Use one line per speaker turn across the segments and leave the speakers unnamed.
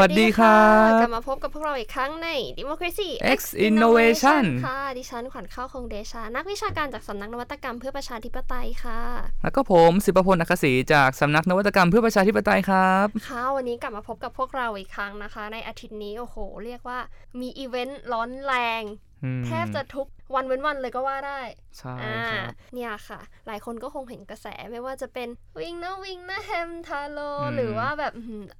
วัสดีครั
ก
บ
ลับมาพบกับพวกเราอีกครั้งใน Democracy
X Innovation
ค่ะ ดิฉันขวัญข้าวคงเดชา นักวิชาการจากสำนักนวัตกรรมเพื่อประชาธิปไตยค่ะ
แล้วก็ผมสิบพลอักษีจากสำนักนวัตกรรมเพื่อประชาธิปไตยครับ
ค่ะวันนี้กลับมาพบกับพวกเราอีกครั้งนะคะ ในอาทิตย์นี้ โอ้โห เรียกว่ามีอีเวนต์ร้อนแรง
อืม
แทบจะทุกวันเว้นวันเลยก็ว่าได้
ใช่
อ่า
ครับ
เนี่ยค่ะ หลายคนก็คงเห็นกระแสไม่ว่าจะเป็นวิงนะวิงนะแฮมทาโล
อืม
หรือว่าแบบ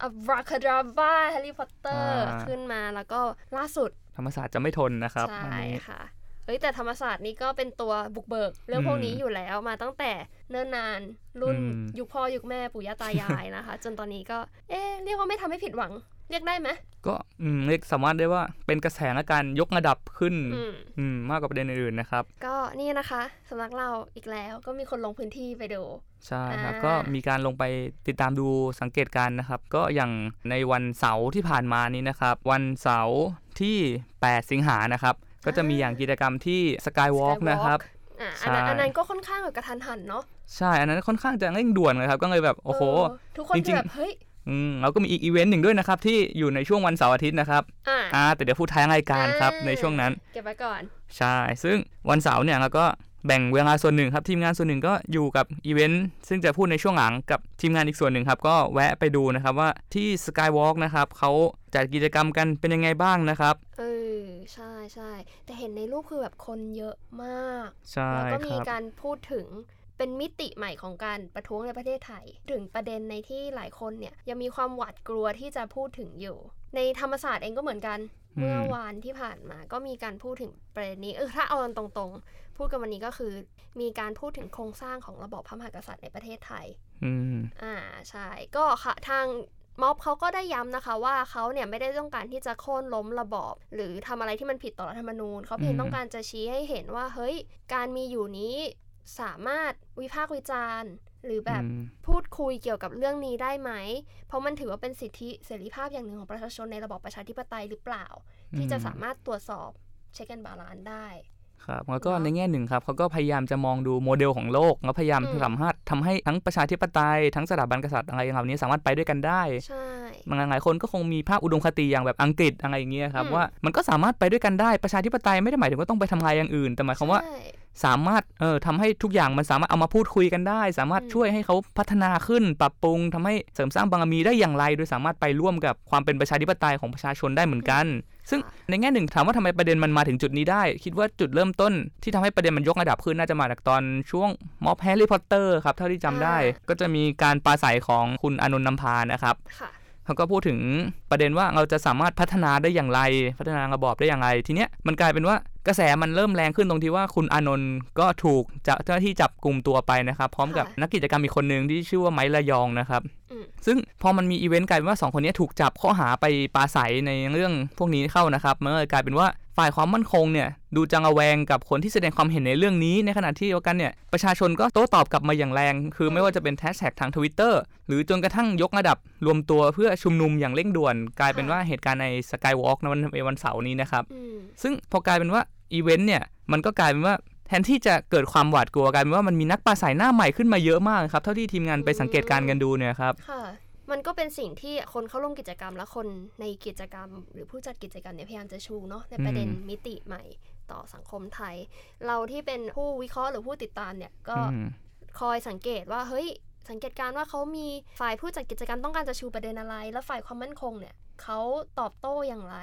อับราคาดราบ้าแฮร์รี่พอตเตอร์
อ่า
ขึ้นมาแล้วก็ล่าสุด
ธรรมศาสตร์จะไม่ทนนะครับ
ใช่
อันนี้
ค่ะ เอ้ยแต่ธรรมศาสตร์นี่ก็เป็นตัวบุกเบิก เรื่องพวกนี้
อืม
อยู่แล้วมาตั้งแต่เนิ่นนาน รุ่น
อืม
ยุคพ่อยุคแม่ปู่ย่าตายายนะคะ จนตอนนี้ก็ เอ๊ะเรียกว่าไม่ทำให้ผิดหวัง เรียกได้ไหม
ก็อืมเรียกสามารถได้ว่าเป็นกระแสและการยกระดับขึ้น
อืม
อืมมากกว่าประเด็นอื่นๆนะครับ
ก็นี่นะคะสำนักเราอีกแล้วก็มีคนลงพื้นที่ไปดู
ใช่ครับ
อ่า
ก็มีการลงไปติดตามดูสังเกตการณ์นะครับ ก็อย่างในวันเสาร์ที่ผ่านมานี้นะครับ วันเสาร์ที่ 8 สิงหานะครับ ก็จะมีอย่างกิจกรรมที่ Skywalk นะครับ
อ่ะอันนั้น
ใช่
อันนั้นก็ค่อนข้างแบบกระทันหันเนาะ
ใช่ อันนั้นค่อนข้างจะเร่งด่วนเลยครับ ก็เลยแบบ โอ้โห
เออทุกคน
จริ
คือง
ๆ
แบบเฮ้ย
อืมแล้วก็มีอีกอีเวนต์หนึ่งด้วยนะครับ ที่อยู่ในช่วงวันเสาร์อาทิตย์นะครับ
อ่ะ
อ่า แต่เดี๋ยวพูดท้ายรายการครับในช่วงนั้น
เก็บไว้ก่อน
ใช่ ซึ่งวันเสาร์เนี่ยเราก็แบ่งเวลาส่วนหนึ่งครับ ทีมงานส่วนหนึ่งก็อยู่กับอีเวนต์ซึ่งจะพูดในช่วงหลังกับทีมงานอีกส่วนหนึ่งครับ ก็แวะไปดูนะครับว่าที่ Skywalk นะครับเขาจัดกิจกรรมกันเป็นยังไงบ้างนะครับ
เออใช่ใช่แต่เห็นในรูปคือแบบคนเยอะมาก
ใช่
แล้วก็
ค
มี
รับ
การพูดถึงเป็นมิติใหม่ของการประท้วงในประเทศไทย ถึงประเด็นในที่หลายคนเนี่ยยังมีความหวาดกลัวที่จะพูดถึงอยู่ ในธรรมศาสตร์เองก็เหมือนกัน
อืม
เมื่อวานที่ผ่านมาก็มีการพูดถึงประเด็นนี้เออถ้าเอากันตรงๆ พูดกันวันนี้ก็คือ มีการพูดถึงโครงสร้างของระบอบพระมหากษัตริย์ในประเทศไทย
อืม
อ่าใช่ก็ค่ะทางม็อบเขาก็ได้ย้ำนะคะว่าเขาเนี่ยไม่ได้ต้องการที่จะโค่นล้มระบอบ หรือทำอะไรที่มันผิดต่อรัฐธรรมนูญเขาเพียง
อืม
ต้องการจะชี้ให้เห็นว่าเฮ้ยการมีอยู่นี้สามารถวิพากษ์วิจารณ์ หรือแบบ
อืม
พูดคุยเกี่ยวกับเรื่องนี้ได้ไหม เพราะมันถือว่าเป็นสิทธิเสรีภาพอย่างหนึ่งของประชาชนในระบอบประชาธิปไตยหรือเปล่า ที่จะ
อืม
สามารถตรวจสอบเช็คกันบาลานได้
ครับแล้วก็
เนาะ
ในแง่หนึ่งครับเขาก็พยายามจะมองดูโมเดลของโลก แล้วพยายาม
อืม
สามารถทำให้ทั้งประชาธิปไตย ทั้งสถาบันกษัตริย์อะไรเหล่านี้สามารถไปด้วยกันได้
ใช่
บางหลายคนก็คงมีภาพอุดมคติอย่างแบบอังกฤษอะไรอย่างเงี้ยครับ
อืม
ว่ามันก็สามารถไปด้วยกันได้ประชาธิปไตยไม่ได้หมายถึงว่าต้องไปทำลายอย่างอื่น แต่หมายความว่า
ใช่
สามารถเอ่อทำให้ทุกอย่างมันสามารถเอามาพูดคุยกันได้ สามารถ
อืม
ช่วยให้เขาพัฒนาขึ้น ปรับปรุงทำให้เสริมสร้างบารมีได้อย่างไร โดยสามารถไปร่วมกับความเป็นประชาธิปไตยของประชาชนได้เหมือนกัน ซึ่ง
ค่ะ
ในแง่หนึ่งถามว่าทำไมประเด็นมันมาถึงจุดนี้ได้ คิดว่าจุดเริ่มต้นที่ทำให้ประเด็นมันยกระดับขึ้นน่าจะมาจากตอนช่วงม็อบแฮร์รี่พอตเตอร์ครับ เท่าที่จำได้
อ่า
ก็จะมีการปราศัยของคุณอานนท์นำพานะครับ
ค่ะ
เขาก็พูดถึงประเด็นว่าเราจะสามารถพัฒนาได้อย่างไร พัฒนาระบอบได้อย่างไร ทีเนี้ยมันกลายเป็นว่ากระแสมันเริ่มแรงขึ้นตรงที่ว่าคุณอานนท์ก็ถูกเจ้าเจ้าหน้าที่จับกลุ่มตัวไปนะครับ พร้อมกับ
ค่ะ
นักกิจกรรมอีกคนหนึ่งที่ชื่อว่าไม้ระยองนะครับ
อืม
ซึ่งพอมันมีอีเวนต์กลายเป็นว่าสองคนนี้ถูกจับข้อหาไปปราศัยในเรื่องพวกนี้เข้านะครับมันก็เลยกลายเป็นว่าฝ่ายความมั่นคงเนี่ยดูจังระแวงกับคนที่แสดงความเห็นในเรื่องนี้ ในขณะที่เดียวกันเนี่ยประชาชนก็โต้ตอบกลับมาอย่างแรง คือไม่ว่าจะเป็นแฮชแท็กทางทวิตเตอร์หรือจนกระทั่งยกระดับรวมตัวเพื่อชุมนุมอย่างเร่งด่วน กลายเป็นว่าเหตุการณ์ในสกายวอล์กในวันในวันเสาร์นี้นะครับ
อืม
ซึ่งพอกลายเป็นว่าอีเวนต์เนี่ยมันก็กลายเป็นว่าแทนที่จะเกิดความหวาดกลัวกลายเป็นว่ามันมีนักปราศัยหน้าใหม่ขึ้นมาเยอะมากครับเท่าที่ทีมงานไปสังเกตการณ์กันดูเนี่ยครับ
ค่ะ มันก็เป็นสิ่งที่คนเข้าร่วมกิจกรรมและคนในกิจกรรม หรือผู้จัดกิจกรรมเนี่ยพยายามจะชูเนาะในประเด็น
อืม
มิติใหม่ต่อสังคมไทย เราที่เป็นผู้วิเคราะห์หรือผู้ติดตามเนี่ยก็
อืม
คอยสังเกตว่าเฮ้ยสังเกตการณ์ว่าเขามีฝ่ายผู้จัดกิจกรรมต้องการจะชูประเด็นอะไร และฝ่ายความมั่นคงเนี่ยเขาตอบโต้อย่างไร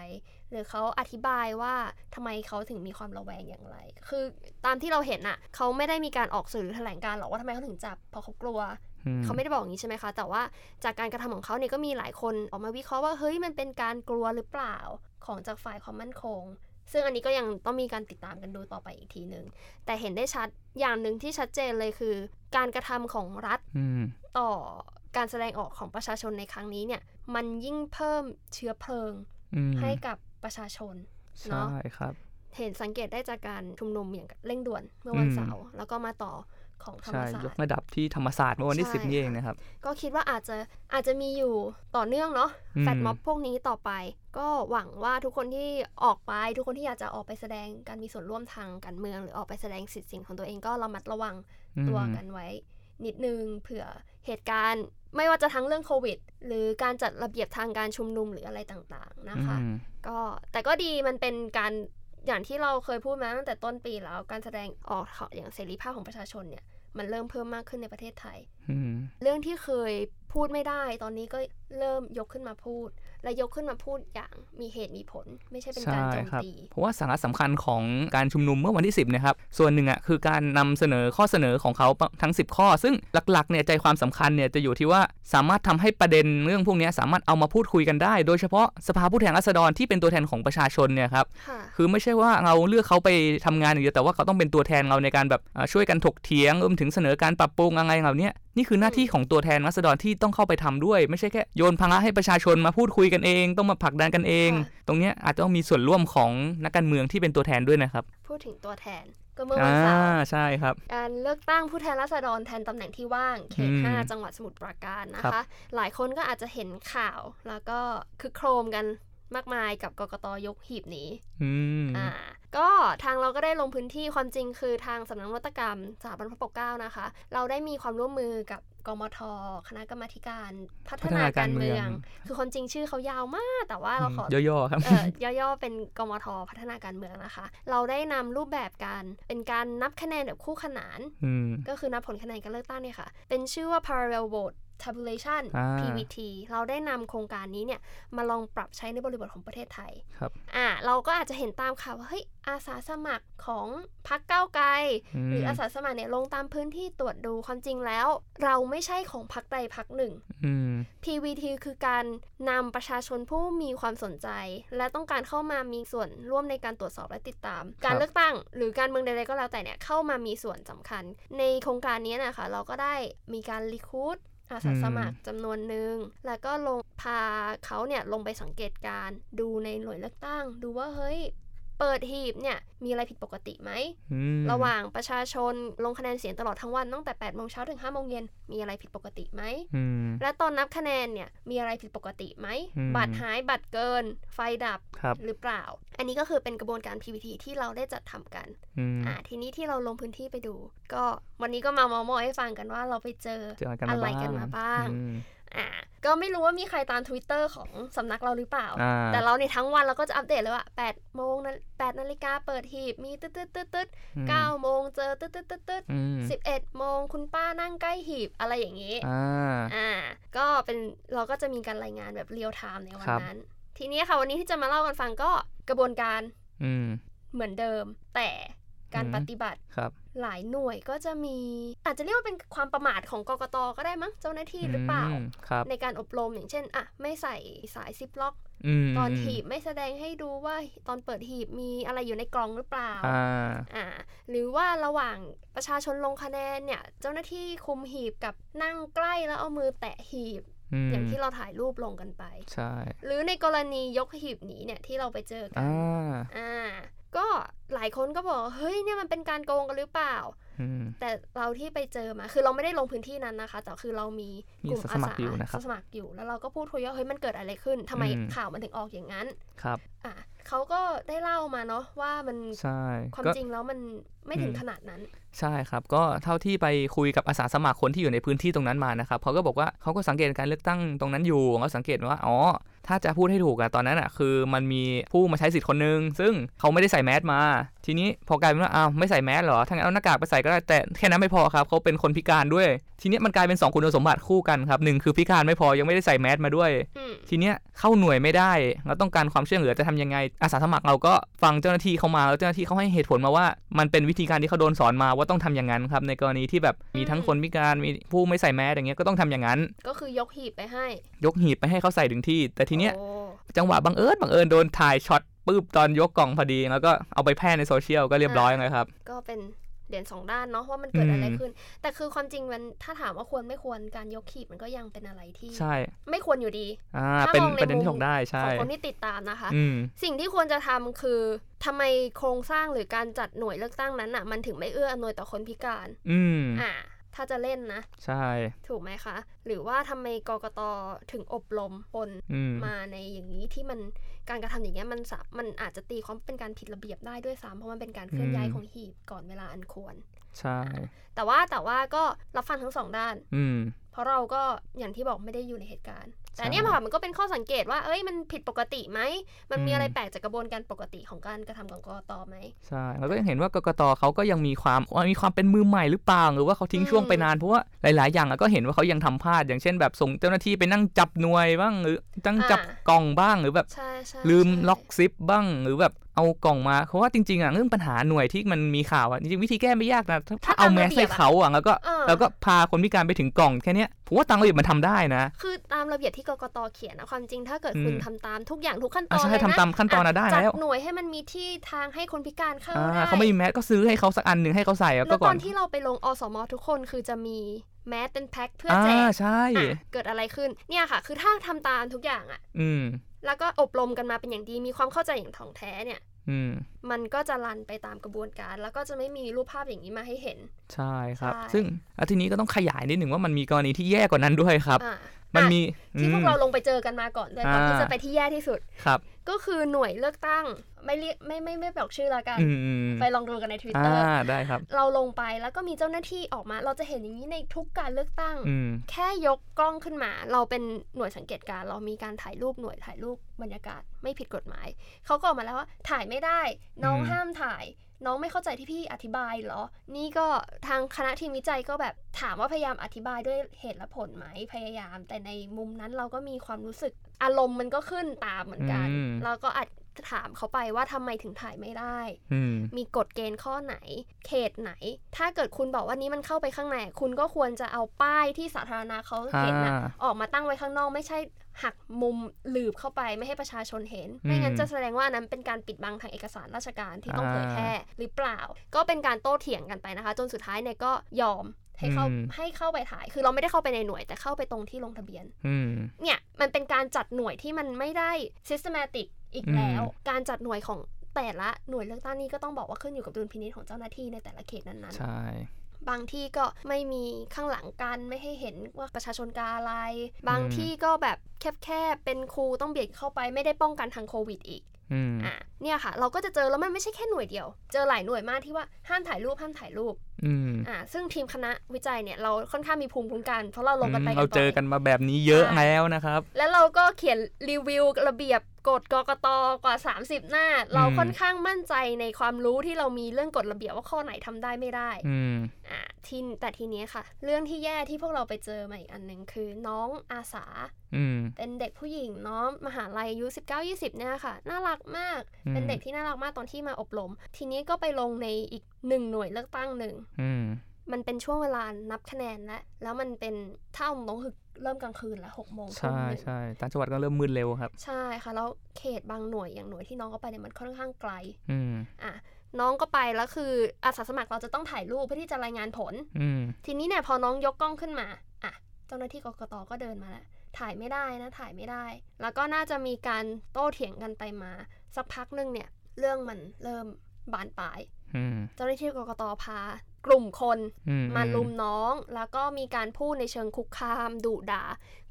หรือเขาอธิบายว่าทำไมเขาถึงมีความระแวงอย่างไร คือตามที่เราเห็นอะเขาไม่ได้มีการออกสื่อหรือแถลงการณ์หรอกว่าทำไมเขาถึงจับเพราะเขากลัว
อืม
เขาไม่ได้บอกอย่างนี้ใช่ไหมคะ แต่ว่าจากการกระทำของเขาเนี่ยก็มีหลายคนออกมาวิเคราะห์ว่าเฮ้ยมันเป็นการกลัวหรือเปล่าของจากฝ่ายความมั่นคง ซึ่งอันนี้ก็ยังต้องมีการติดตามกันดูต่อไปอีกทีหนึ่งแต่เห็นได้ชัดอย่างหนึ่งที่ชัดเจนเลยคือ การกระทำของรัฐ
อืม
ต่อการแสดงออกของประชาชนในครั้งนี้เนี่ยมันยิ่งเพิ่มเชื้อเพลิง
อืม
ให้กับประชาชน เน
ใช่
อะ
ครับ
เห็นสังเกตได้จากการชุมนุมอย่างเร่งด่วนเมื่อวัน
อืม
เสาร์แล้วก็มาต่อของธรรม
ใช่
ศาสต
ย
ร์
กระดับที่ธรรมศาสตร์เมื่อวันที่
ใช่
สิบนี่เอง
ค่ะ
นะครับ
ก็คิดว่าอาจจะอาจจะมีอยู่ต่อเนื่องเนาะ
อืม
แฟดม็อบพวกนี้ต่อไป ก็หวังว่าทุกคนที่ออกไป ทุกคนที่อยากจะออกไปแสดงการมีส่วนร่วมทางการเมือง หรือออกไปแสดงสิทธิ์เสิ่งของตัวเองก็ระมัดระวัง
อืม
ตัวกันไว้ นิดนึงเผื่อ เหตุการณ์ไม่ว่าจะทั้งเรื่องโควิด หรือการจัดระเบียบทางการชุมนุมหรืออะไรต่างๆนะคะ
อืม
ก็แต่ก็ดีมันเป็นการอย่างที่เราเคยพูดมาตั้งแต่ต้นปีแล้วการแสดงออกของอย่างเสรีภาพของประชาชนเนี่ยมันเริ่มเพิ่มมากขึ้นในประเทศไทย
อืม
เรื่องที่เคยพูดไม่ได้ ตอนนี้ก็เริ่มยกขึ้นมาพูด และยกขึ้นมาพูดอย่างมีเหตุมีผล ไม่ใช่เป็นการ
ใช่
โจม
ครับ
ตี
เพราะว่าสาระสำคัญของการชุมนุมเมื่อวันที่ 10 นะครับ ส่วนหนึ่งอ่ะคือการนำเสนอข้อเสนอของเขาทั้ง 10 ข้อ ซึ่งหลักๆเนี่ยใจความสำคัญเนี่ยจะอยู่ที่ว่าสามารถทำให้ประเด็นเรื่องพวกเนี้ยสามารถเอามาพูดคุยกันได้ โดยเฉพาะสภาผู้แทนราษฎรที่เป็นตัวแทนของประชาชนเนี่ยครับ
ค่ะ
คือไม่ใช่ว่าเราเลือกเขาไปทำงานอย่างเดียวแต่ว่าเขาต้องเป็นตัวแทนเราในการแบบเอ่อช่วยกันถกเถียงรวมถึงเสนอการปรับปรุงอะไรเหล่าเนี้ยนี่คือหน้าที่ของตัวแทนรัษฎรที่ต้องเข้าไปทำด้วย ไม่ใช่แค่โยนภาระให้ประชาชนมาพูดคุยกันเอง ต้องมาผลักดันกันเอง
ค่ะ
ตรงเนี้ยอาจจะต้องมีส่วนร่วมของนักการเมืองที่เป็นตัวแทนด้วยนะครับ
พูดถึงตัวแทนก็เมื่อวัน
อ่า
เสาร์
ใช่ครับ
การเลือกตั้งผู้แทนราษฎรแทนตำแหน่งที่ว่างเขต
อืม
ห้าจังหวัดสมุทรปราการนะ
ครั
คะ
บ
หลายคนก็อาจจะเห็นข่าวแล้วก็คือโครมกันมากมายกับกกตยกหีบนี้
อืม
อ่าก็ทางเราก็ได้ลงพื้นที่ความจริงคือทางสำนักนวัตกรรมสถาบันพระปกเกล้านะคะ เราได้มีความร่วมมือกับกมท คณะกรรมาธิการพัฒนาการเมือง คือความจริงชื่อเขายาวมาก แต่ว่าเราขอ
ย่อๆครับ
เออย่อๆ เป็นกมท พัฒนาการเมืองนะคะ เราได้นำรูปแบบการเป็นการนับคะแนนแบบคู่ขนาน
อืม
ก็คือนับผลคะแนนการเลือกตั้งเนี่ยค่ะ เป็นชื่อว่า parallel vote tabulation
อ่า
PVT เราได้นำโครงการนี้เนี่ย มาลองปรับใช้ในบริบทของประเทศไทย
ครับ
อ่าเราก็อาจจะเห็นตามค่ะว่าเฮ้ยอาสาสมัครของพักเก้าวไกล หรืออาสาสมัครเนี่ยลงตามพื้นที่ตรวจดูความจริงแล้ว เราไม่ใช่ของพักใดพักหนึ่ง
อืม
PVT คือการนำประชาชนผู้มีความสนใจ และต้องการเข้ามามีส่วนร่วมในการตรวจสอบและติดตาม การเลือกตั้ง หรือการเมืองใดๆก็แล้วแต่เนี่ยเข้ามามีส่วนสำคัญ ในโครงการนี้นะคะเราก็ได้มีการรีคูดอาสาสมัครจำนวนหนึ่งแล้วก็ลงพาเขาเนี่ยลงไปสังเกตการณ์ดูในหน่วยเลือกตั้ง ดูว่าเฮ้ยเปิดหีบเนี่ยมีอะไรผิดปกติไหม
อืม
ระหว่างประชาชนลงคะแนนเสียงตลอดทั้งวันตั้งแต่8โมงเช้าถึง5โมงเย็นมีอะไรผิดปกติไหม
อืม
และตอนนับคะแนนเนี่ยมีอะไรผิดปกติไหม
อืม
บัตรหายบัตรเกิน ไฟดับ
ครับ
หรือเปล่า อันนี้ก็คือเป็นกระบวนการ PVT ที่เราได้จัดทำกัน
อืม
อ่าทีนี้ที่เราลงพื้นที่ไปดู ก็วันนี้ก็มาเมามอยให้ฟังกันว่าเราไปเจอ
เจอกันมา
อะไร
บ้าง
กันมาบ้าง
อืม
อ่าก็ไม่รู้ว่ามีใครตาม Twitter ของสำนักเราหรือเปล่า
อ่า
แต่เราในยทั้งวันเราก็จะอัปเดตเลยว่า8โมงนะ8นาฬิกาเปิดหีบมีตึ๊ดตึ๊ดตึ๊ดตึ๊ด
อืม
เก้าโมงเจอตึ๊ดตึ๊ดตึ๊ดตึ๊ด
อืม
สิบเอ็ดโมงคุณป้านั่งใกล้หีบอะไรอย่างนี้
อ่า
อ่าก็เป็นเราก็จะมีการรายงานแบบเรียลไทม์ในวัน
ครับ
นั้น ทีนี้ค่ะ วันนี้ที่จะมาเล่ากันฟังก็กระบวนการ
อืม
เหมือนเดิม แต่การ
อืม
ปฏิบัติ
ครับ
หลายหน่วยก็จะมี อาจจะเรียกว่าเป็นความประมาทของกกตก็ได้มั้งเจ้าหน้าที่หรือเปล่า
มครับ
ในการอบรมอย่างเช่นอ่ะไม่ใส่สายซิปล็อก
ม
ตอนหีบไม่แสดงให้ดูว่าตอนเปิดหีบมีอะไรอยู่ในกล่องหรือเปล่า
อ่า
อ่าหรือว่าระหว่างประชาชนลงคะแนนเนี่ยเจ้าหน้าที่คุมหีบกับนั่งใกล้แล้วเอามือแตะหีบ
อืม
อย่างที่เราถ่ายรูปลงกันไป
ใช่
หรือในกรณียกหีบหนีเนี่ยที่เราไปเจอกัน
อ่า
อ่า ก็หลายคนก็บอกว่าเฮ้ยเนี่ยมันเป็นการโกงกันหรือเปล่า
อืม
แต่เราที่ไปเจอมา คือเราไม่ได้ลงพื้นที่นั้นนะคะ แต่คือเรามีกลุ่ม
มี
อา
สมั
สา
ครอยู่นะครับ
สมัครอยู่แล้วเราก็พูดคุยว่าเฮ้ยมันเกิดอะไรขึ้นทำไม
อืม
ข่าวมันถึงออกอย่างนั้น
ครับ
อ่ะเขาก็ได้เล่ามาเนาะว่ามัน
ใช่
ความ
ก็
จริงแล้วมันไม่ถึง
อืม
ขนาดนั้น
ใช่ครับ ก็เท่าที่ไปคุยกับอาสาสมัครคนที่อยู่ในพื้นที่ตรงนั้นมานะครับเขาก็บอกว่าเขาก็สังเกตการเลือกตั้งตรงนั้นอยู่เขาสังเกตว่าอ๋อถ้าจะพูดให้ถูกอะตอนนั้นอะคือมันมีผู้มาใช้สิทธิ์คนนึงซึ่งเขาไม่ได้ใส่แมสมา ทีนี้พอกลายเป็นว่าอ้าวไม่ใส่แมสเหรอทั้างนเอาหน้ากากไปใส่ก็ได้แต่แค่นั้นไม่พอครับเขาเป็นคนพิการด้วย ทีนี้มันกลายเป็นสองคุณสมบัติคู่กันครับหนึ่งคือพิการไม่พอยังไม่ได้ใส่แมสมาด้วย
อืม
ทีเนี้ยเข้าหน่วยไม่ได้เราต้องการความช่วยเหลือจะทำยังไง อาสาสมัครเราก็ฟังเจ้าหน้าที่เขามาแล้วเจ้าหน้าที่เขาให้เหตุผลมาว่า มันเป็นวิธีการที่เขาโดนสอนมาว่าต้องทำอย่างนั้นครับในกรณีที่แบบมีทั้งคนพิการมีผู้ไม่ใส่แมสอย่างเงี้ยก็ต้องทำอย่างนั้น
ก็คือยกหีบไปให้
ยกหีบไปให้เขาใส่ถึงที่ แต่ทีเนี้ย
โอ้
จังหวะบังเอิญบังเอิญโดนถ่ายช็อตปุ๊บตอนยกกล่องพอดี แล้วก็เอาไปแพร่ในโซเชียลก็เรียบร้อยเลยครับ
ก็เป็นเหรียญสองด้านเนาะว่ามันเกิดอะไร
อืม
ขึ้น แต่คือความจริงมันถ้าถามว่าควรไม่ควรการยกขีบมันก็ยังเป็นอะไรที่
ใช่
ไม่ควรอยู่ดี
อ่า
ถ้า
เป็น
มองใน
ประเด็น
มุ
ที่ถ
ม
กได้
ข
ใช่
องคนที่ติดตามนะคะ
อืม
สิ่งที่ควรจะทำคือทำไมโครงสร้างหรือการจัดหน่วยเลือกตั้งนั้นอ่ะมันถึงไม่เอื้ออำนวยต่อคนพิการ
อืม
อ่าถ้าจะเล่นนะ
ใช่
ถูกไหมคะ หรือว่าทำไมกกตถึงอบรมคน
อืม
มาในอย่างนี้ที่มันการกระทำอย่างเงี้ยมันสะมันอาจจะตีความเป็นการผิดระเบียบได้ด้วยซ้ำเพราะมันเป็นการเคลื่อนย้ายของหีบก่อนเวลาอันควร
ใช่
แต่ว่าแต่ว่าก็รับฟังทั้งสองด้าน
อืม
เพราะเราก็อย่างที่บอกไม่ได้อยู่ในเหตุการณ์ แต่
ใช่
เนี่ยค่ะมันก็เป็นข้อสังเกตว่า เอ้ยมันผิดปกติไหม มันมี
อืม
อะไรแปลกจากกระบวนการปกติของการกระทำของกกตไหม
ใช่แล้วก็ยังเห็นว่ากกตเขาก็ยังมีความมีความเป็นมือใหม่หรือเปล่าหรือว่าเขาทิ้งช่วงไปนานเพราะว่าหลาย ๆ อย่างอะก็เห็นว่าเขายังทำพลาดอย่างเช่นแบบส่งเจ้าหน้าที่ไปนั่งจับหน่วยบ้างหรือตั้งจับ
อ่า
กล่องบ้างหรือแบบ
ใช่ใช่
ลืม
ใช่
ล็อกซิปบ้างหรือแบบเอากล่องมาเพราะว่าจริง ๆ อ่ะเรื่องปัญหาหน่วยที่มันมีข่าวอ่ะจริงๆวิธีแก้ไม่ยากนะถ้าถ้าเอาแมสใส่เขาอ่ะแล้วก็
เออ
แล้วก็พาคนพิการไปถึงกล่องแค่เนี้ยผมว่าตังค์เราหยิบมันทำได้นะ
คือตามระเบียบที่กกตเขียนนะความจริงถ้าเกิดคุณ
อืม
ทำตามทุกอย่างทุกขั้นต
อ่ะ
อน
ใช่
เลย
ทำ
นะ
ตามขั้นตอนนะได้
จัด
แล้ว
หน่วยให้มันมีที่ทางให้คนพิการเข้า
อ่า
ได้
เขาไม่มีแมสก็ซื้อให้เขาสักอันหนึ่งให้เขาใส่แล้ว
แล้
ก็
วต
ก่อ
อน นที่เราไปลงอสมทุกคนคือจะมีแมสเป็นแพ็คเพื่อ
อ่า
แจก
ใช่
อ่ะเกิดอะไรขึ้นเนี่ยค่ะ คือถ้าทำตามทุกอย่างอ่ะ
อืม
แล้วก็อบรมกันมาเป็นอย่างดีมีความเข้าใจอย่างถ่องแท้เนี่ย
อืม
มันก็จะรันไปตามกระบวนการ แล้วก็จะไม่มีรูปภาพอย่างนี้มาให้เห็น
ใช่ครับ
ใช่
ซึ่งอ่ะทีนี้ก็ต้องขยายนิดหนึ่งว่ามันมีกรณีที่แย่กว่านั้นด้วยครับ
อ่ะ
มัน
อ่ะ
มี
ที่พวก
อืม
เราลงไปเจอกันมาก่อนด้วยตอนที่
อ่า
จะไปที่แย่ที่สุด
ครับ
ก็คือหน่วยเลือกตั้งไม่เรียกไม่ไม่ไม่บอกชื่อแล้วกัน
อืมอืม
ไปลองดูกันใน
อ่า
Twitter
ได้ครับ
เราลงไปแล้วก็มีเจ้าหน้าที่ออกมา เราจะเห็นอย่างนี้ในทุกการเลือกตั้ง
อืม
แค่ยกกล้องขึ้นมา เราเป็นหน่วยสังเกตการณ์เรามีการถ่ายรูปหน่วยถ่ายรูปบรรยากาศไม่ผิดกฎหมาย เขาก็ออกมาแล้วว่าถ่ายไม่ได้ น้องห้ามถ่าย น้องไม่เข้าใจที่พี่อธิบายเหรอ นี่ก็ทางคณะทีมวิจัยก็แบบถามว่าพยายามอธิบายด้วยเหตุและผลไหมพยายาม แต่ในมุมนั้นเราก็มีความรู้สึกอารมณ์มันก็ขึ้นตามเหมือนกัน
อืม
เราก็อาจจะถามเขาไปว่าทำไมถึงถ่ายไม่ได้
อืม
มีกฎเกณฑ์ข้อไหน เขตไหน ถ้าเกิดคุณบอกว่านี้มันเข้าไปข้างใน คุณก็ควรจะเอาป้ายที่สาธารณะเขาเห็นนะ
อ่า
ออกมาตั้งไว้ข้างนอก ไม่ใช่หักมุมหลืบเข้าไปไม่ให้ประชาชนเห็น ไม่
อืม
งั้นจะแสดงว่าอันนั้นเป็นการปิดบังทางเอกสารราชการที่ต้อง
อ่า
เผยแพร่หรือเปล่า ก็เป็นการโต้เถียงกันไปนะคะ จนสุดท้ายเนี่ยก็ยอมให้เข้า
อืม
ให้เข้าไปถ่าย คือเราไม่ได้เข้าไปในหน่วยแต่เข้าไปตรงที่ลงทะเบียน
อืม
เนี่ยมันเป็นการจัดหน่วยที่มันไม่ได้ systematic อีกแล้ว
อืม
การจัดหน่วยของแต่ละหน่วยเลือกตั้งนี่ก็ต้องบอกว่าขึ้นอยู่กับดุลพินิจของเจ้าหน้าที่ในแต่ละเขตนั้น
ใช่
ๆ บางที่ก็ไม่มีข้างหลังกันไม่ให้เห็นว่าประชาชนกาอะไร บาง
อืม
ที่ก็แบบแคบๆเป็นครูต้องเบียดเข้าไปไม่ได้ป้องกันทางโควิดอีก
อืม
อ่ะเนี่ยค่ะ เราก็จะเจอแล้วมันไม่ใช่แค่หน่วยเดียว เจอหลายหน่วยมากที่ว่าห้ามถ่ายรูปห้ามถ่ายรูป
อืม
อ่ะซึ่งทีมคณะวิจัยเนี่ยเราค่อนข้างมีภูมิคุ้มกันเพราะเราลงกันไป
อื
กั
ม
น
เราเจอ
บ่ย
กันมาแบบนี้เยอะแล้วนะครับ
แล้วเราก็เขียนรีวิวระเบียบกฎกกตกว่า 30 หน้า เราค่อนข้างมั่นใจในความรู้ที่เรามีเรื่องกฎระเบียบว่าข้อไหนทำได้ไม่ได้
อืม
อ่าทีนแต่ทีเนี้ยค่ะ เรื่องที่แย่ที่พวกเราไปเจอมาอีกอันหนึ่งคือน้องอาสา
อืม
เป็นเด็กผู้หญิงเนาะมหาลัยอายุ 19-20 เนี่ยค่ะ น่ารักมาก
อืม
เป็นเด็กที่น่ารักมากตอนที่มาอบรม ทีนี้ก็ไปลงในอีกหนึ่งหน่วยเลือกตั้งหนึ่ง
อืม
มันเป็นช่วงเวลานับคะแนนแล้วแล้วมันเป็นถ้าเอาตรงๆคือเริ่มกลางคืนแล้วหกโมงทุ่ม
ใช่
หนึ่ง
ใช่ต่างจังหวัดก็เริ่มมืดเร็วครับ
ใช่ค่ะ แล้วเขตบางหน่วยอย่างหน่วยที่น้องเขาไปเนี่ยมันค่อนข้างไกล
อืม
อ่ะน้องก็ไปแล้วคืออาสาสมัครเราจะต้องถ่ายรูปเพื่อที่จะรายงานผล
อืม
ทีนี้เนี่ยพอน้องยกกล้องขึ้นมาอ่ะเจ้าหน้าที่กกตก็เดินมาแล้วถ่ายไม่ได้นะถ่ายไม่ได้ แล้วก็น่าจะมีการโต้เถียงกันไปมา สักพักหนึงเนี่ยเรื่องมันเริ่มบานปลาย
อืม
เจ้าหน้าที่กกตพา กลุ่มคน
อื
มาลุมน้องแล้วก็มีการพูดในเชิงคุกคามดุด่า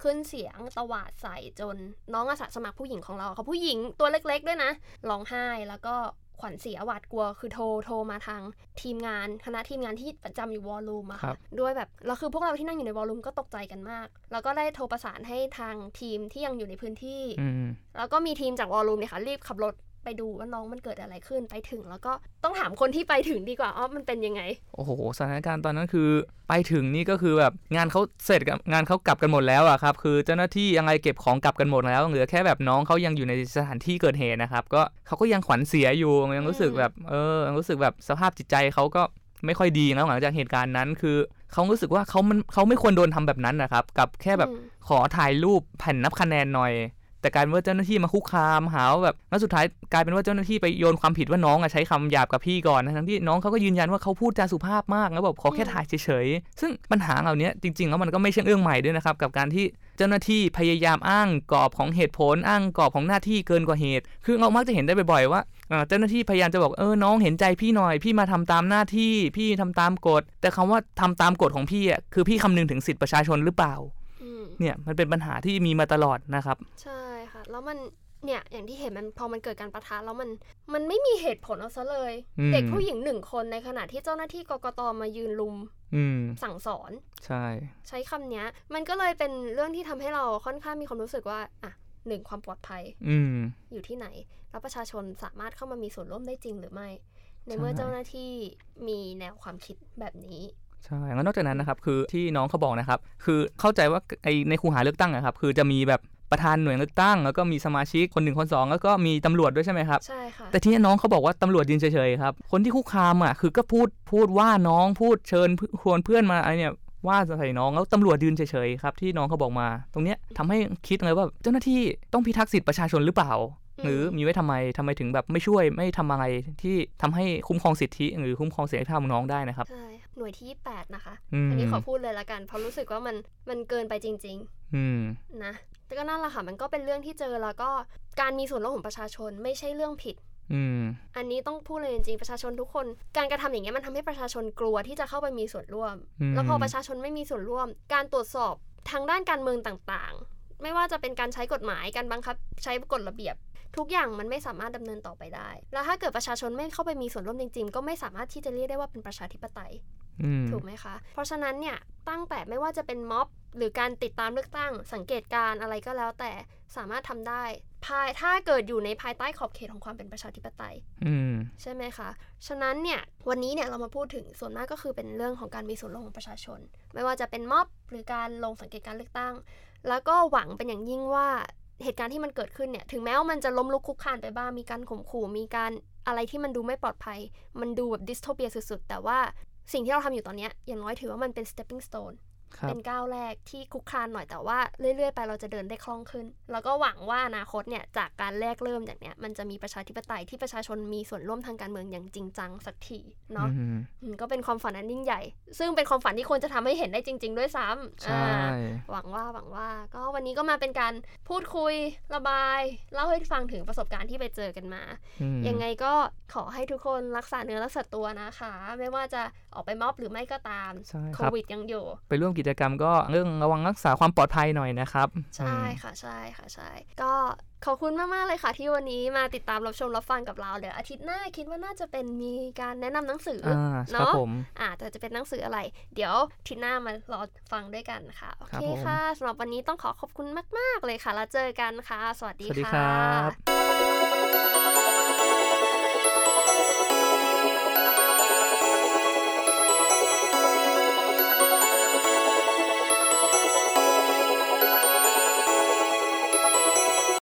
ขึ้นเสียงตวาดใส่จนน้องอาสาสมัครผู้หญิงของเราเขาผู้หญิงตัวเล็กๆด้วยนะร้องไห้แล้วก็ขวัญเสียหวาดกลัวคือโทรโทรมาทางทีมงานคณะทีมงานที่ประจำอยู่วอลลุ่มอะ
ครั
ค่ะ
บ
ด้วยแบบแล้วคือพวกเราที่นั่งอยู่ในวอลลุ่มก็ตกใจกันมาก แล้วก็ได้โทรประสานให้ทางทีมที่ยังอยู่ในพื้นที่
อืม
แล้วก็มีทีมจากวอลลุ่มเนี่ยค่ะรีบขับรถไปดูว่าน้องมันเกิดอะไรขึ้นไปถึง แล้วก็ต้องถามคนที่ไปถึงดีกว่าอ๋อมันเป็นยังไง
โอ้โหสถานการณ์ตอนนั้นคือไปถึงนี่ก็คือแบบงานเขาเสร็จกับงานเขากลับกันหมดแล้วอะครับคือเจ้าหน้าที่ยังไงเก็บของกลับกันหมดแล้วเหลือแค่แบบน้องเขายังอยู่ในสถานที่เกิดเหตุนะครับ ก็เขาก็ยังขวัญเสียอยู่ยังรู้สึกแบบเออยังรู้สึกแบบสภาพจิตใจเขาก็ไม่ค่อยดีแล้วหลังจากเหตุการณ์นั้นคือเขารู้สึกว่าเขามันเขาไม่ควรโดนทำแบบนั้นนะครับกับแค่แบบ
อืม
ขอถ่ายรูปแผ่นนับคะแนนหน่อย แต่กลารว่าเจ้าหน้าที่มาคุกคามหาว่าแบบแล้วสุดท้ายกลายเป็นว่าเจ้าหน้าที่ไปโยนความผิดว่าน้องอะใช้คำหยาบกับพี่ก่อนนะทั้งที่น้องเขาก็ยืนยันว่าเขาพูดจาสุภาพมากแล้วแบบขอแค่
อืม
ถ่ายเฉยๆซึ่งปัญหาเหล่านี้จริงๆแล้วมันก็ไม่ใช่เรื่องใหม่ด้วยนะครับกับการที่เจ้าหน้าที่พยายามอ้างกรอบของเหตุผลอ้างกรอบของหน้าที่เกินกว่าเหตุ คือเรามักจะเห็นได้บ่อยๆว่า อ่าเจ้าหน้าที่พยายามจะบอกเออน้องเห็นใจพี่หน่อย พี่มาทำตามหน้าที่พี่ทำตามกฎแต่คำว่าทำตามกฎของพี่อ่ะคือพี่คำนึงถึงสิทธิประชาชนหรือเปล่า
อืม
เนี่ยมันเป็นปัญหาที่มีมาตลอดนะครับ
ใช่ค่ะ แล้วมัน เนี่ยอย่างที่เห็นมันพอมันเกิดการประทะแล้วมันมันไม่มีเหตุผลเอาซะเลย
อืม
เด็กผู้หญิงหนึ่งคนในขณะที่เจ้าหน้าที่กกตมายืนลุม
อืม
สั่งสอน
ใช่
ใช้คำเนี้ย มันก็เลยเป็นเรื่องที่ทำให้เราค่อนข้างมีความรู้สึกว่าอ่ะหนึ่งความปลอดภัย
อืม
อยู่ที่ไหน แล้วประชาชนสามารถเข้ามามีส่วนร่วมได้จริงหรือไม่ ในเมื่อเจ้าหน้าที่มีแนวความคิดแบบนี้
ใช่แล้วนอกจากนั้นนะครับคือที่น้องเขาบอกนะครับ คือเข้าใจว่าไอในคูหาเลือกตั้งอะครับ คือจะมีแบบประธานหน่วยเลือกตั้ง แล้วก็มีสมาชิกคนหนึ่งคนสองแล้วก็มีตำรวจด้วยใช่ไหมครับ
ใช่ค่ะ
แต่ที่น้องเขาบอกว่าตำรวจยืนเฉยๆครับ คนที่คุกคามอ่ะคือก็พูดพูดว่าน้องพูดเชิญชวนเพื่อนมาไอเนี่ยว่าใส่น้องแล้วตำรวจยืนเฉยๆครับที่น้องเขาบอกมา ตรงเนี้ยทำให้คิดเลยว่าเจ้าหน้าที่ต้องพิทักษ์สิทธิประชาชนหรือเปล่า
อืม
หรือมีไว้ทำไมทำไมถึงแบบไม่ช่วยไม่ทำอะไรที่ทำให้คุ้มครองสิทธิหรือคุ้มครองเสรีภาพของน้องได้นะครับ
ใช่ค่ะหน่วยที่ 28 นะคะ
อืม
อันนี้ขอพูดเลยละกัน เพราะรู้สึกว่ามันมันเกินไปจริง
อืม
ๆ นะ แต่ก็นั่นแหละค่ะ มันก็เป็นเรื่องที่เจอแล้วก็การมีส่วนร่วมของประชาชนไม่ใช่เรื่องผิด
อืม
อันนี้ต้องพูดเลยจริงๆประชาชนทุกคน การกระทำอย่างเงี้ยมันทำให้ประชาชนกลัวที่จะเข้าไปมีส่วนร่วม
อืม
แล้วพอประชาชนไม่มีส่วนร่วม การตรวจสอบทางด้านการเมืองต่างๆ ไม่ว่าจะเป็นการใช้กฎหมายการบังคับใช้กฎระเบียบ ทุกอย่างมันไม่สามารถดำเนินต่อไปได้ แล้วถ้าเกิดประชาชนไม่เข้าไปมีส่วนร่วมจริง ๆ ก็ไม่สามารถที่จะเรียกได้ว่าเป็นประชาธิปไตย
อืม
ถูกไหมคะ เพราะฉะนั้นเนี่ยตั้งแต่ไม่ว่าจะเป็นม็อบหรือการติดตามเลือกตั้ง สังเกตการณ์อะไรก็แล้วแต่สามารถทำได้ ภายถ้าเกิดอยู่ในภายใต้ขอบเขตของความเป็นประชาธิปไตย
อืม
ใช่ไหมคะ ฉะนั้นเนี่ยวันนี้เนี่ยเรามาพูดถึงส่วนมากก็คือเป็นเรื่องของการมีส่วนร่วมของประชาชน ไม่ว่าจะเป็นม็อบหรือการลงสังเกตการเลือกตั้ง แล้วก็หวังเป็นอย่างยิ่งว่าเหตุการณ์ที่มันเกิดขึ้นเนี่ยถึงแม้ว่ามันจะล้มลุกคลุกคลานไปบ้างมีการข่มขู่มีการอะไรที่มันดูไม่ปลอดภัย มันดูแบบดิสโทเปียสุดๆ แต่ว่าสิ่งที่เราทำอยู่ตอนเนี้ยอย่างน้อยถือว่ามันเป็น stepping stone
ครับ
เป็นก้าวแรกที่คุกคลานหน่อยแต่ว่าเรื่อยๆไปเราจะเดินได้คล่องขึ้น แล้วก็หวังว่าอนาคตเนี่ยจากการแรกเริ่มอย่างเนี้ยมันจะมีประชาธิปไตยที่ประชาชนมีส่วนร่วมทางการเมืองอย่างจริงจังสักทีเนาะ
อืม
อืมก็เป็นความฝันอันยิ่งใหญ่ ซึ่งเป็นความฝันที่ควรจะทำให้เห็นได้จริง ๆ ด้วยซ้ำ
ใช่
อ่าหวังว่าหวังว่าก็วันนี้ก็มาเป็นการพูดคุยระบาย เล่าให้ฟังถึงประสบการณ์ที่ไปเจอกันมา
อืม
ยังไงก็ขอให้ทุกคนรักษาเนื้อรักษาตัวนะคะ ไม่ว่าจะออกไปม็อบหรือไม่ก็ตาม
ใช่
โค
ครับ
วิดยังอยู่
ไปร่วมกิจกรรมก็เรื่องระวังรักษาความปลอดภัยหน่อยนะครับ
ใช่
อืม
ค่ะใช่ค่ะใช่ ก็ขอบคุณมาก ๆ เลยค่ะ ที่วันนี้มาติดตามรับชมรับฟังกับเราเดี๋ยวอาทิตย์หน้าคิดว่าน่าจะเป็นมีการแนะนำหนังสืออ
อ่าครับ
เนาะ
ผม
อ่าแต่จะเป็นหนังสืออะไร เดี๋ยวอาทิตย์หน้ามารอฟังด้วยกันค่ะโอ
ครับ
เค
ผม
ค่ะสำหรับวันนี้ต้องขอขอบคุณมาก ๆ เลยค่ะแล้วเจอกันค่ะ สวัสดี
สวัสดี
ค่ะ
ครับ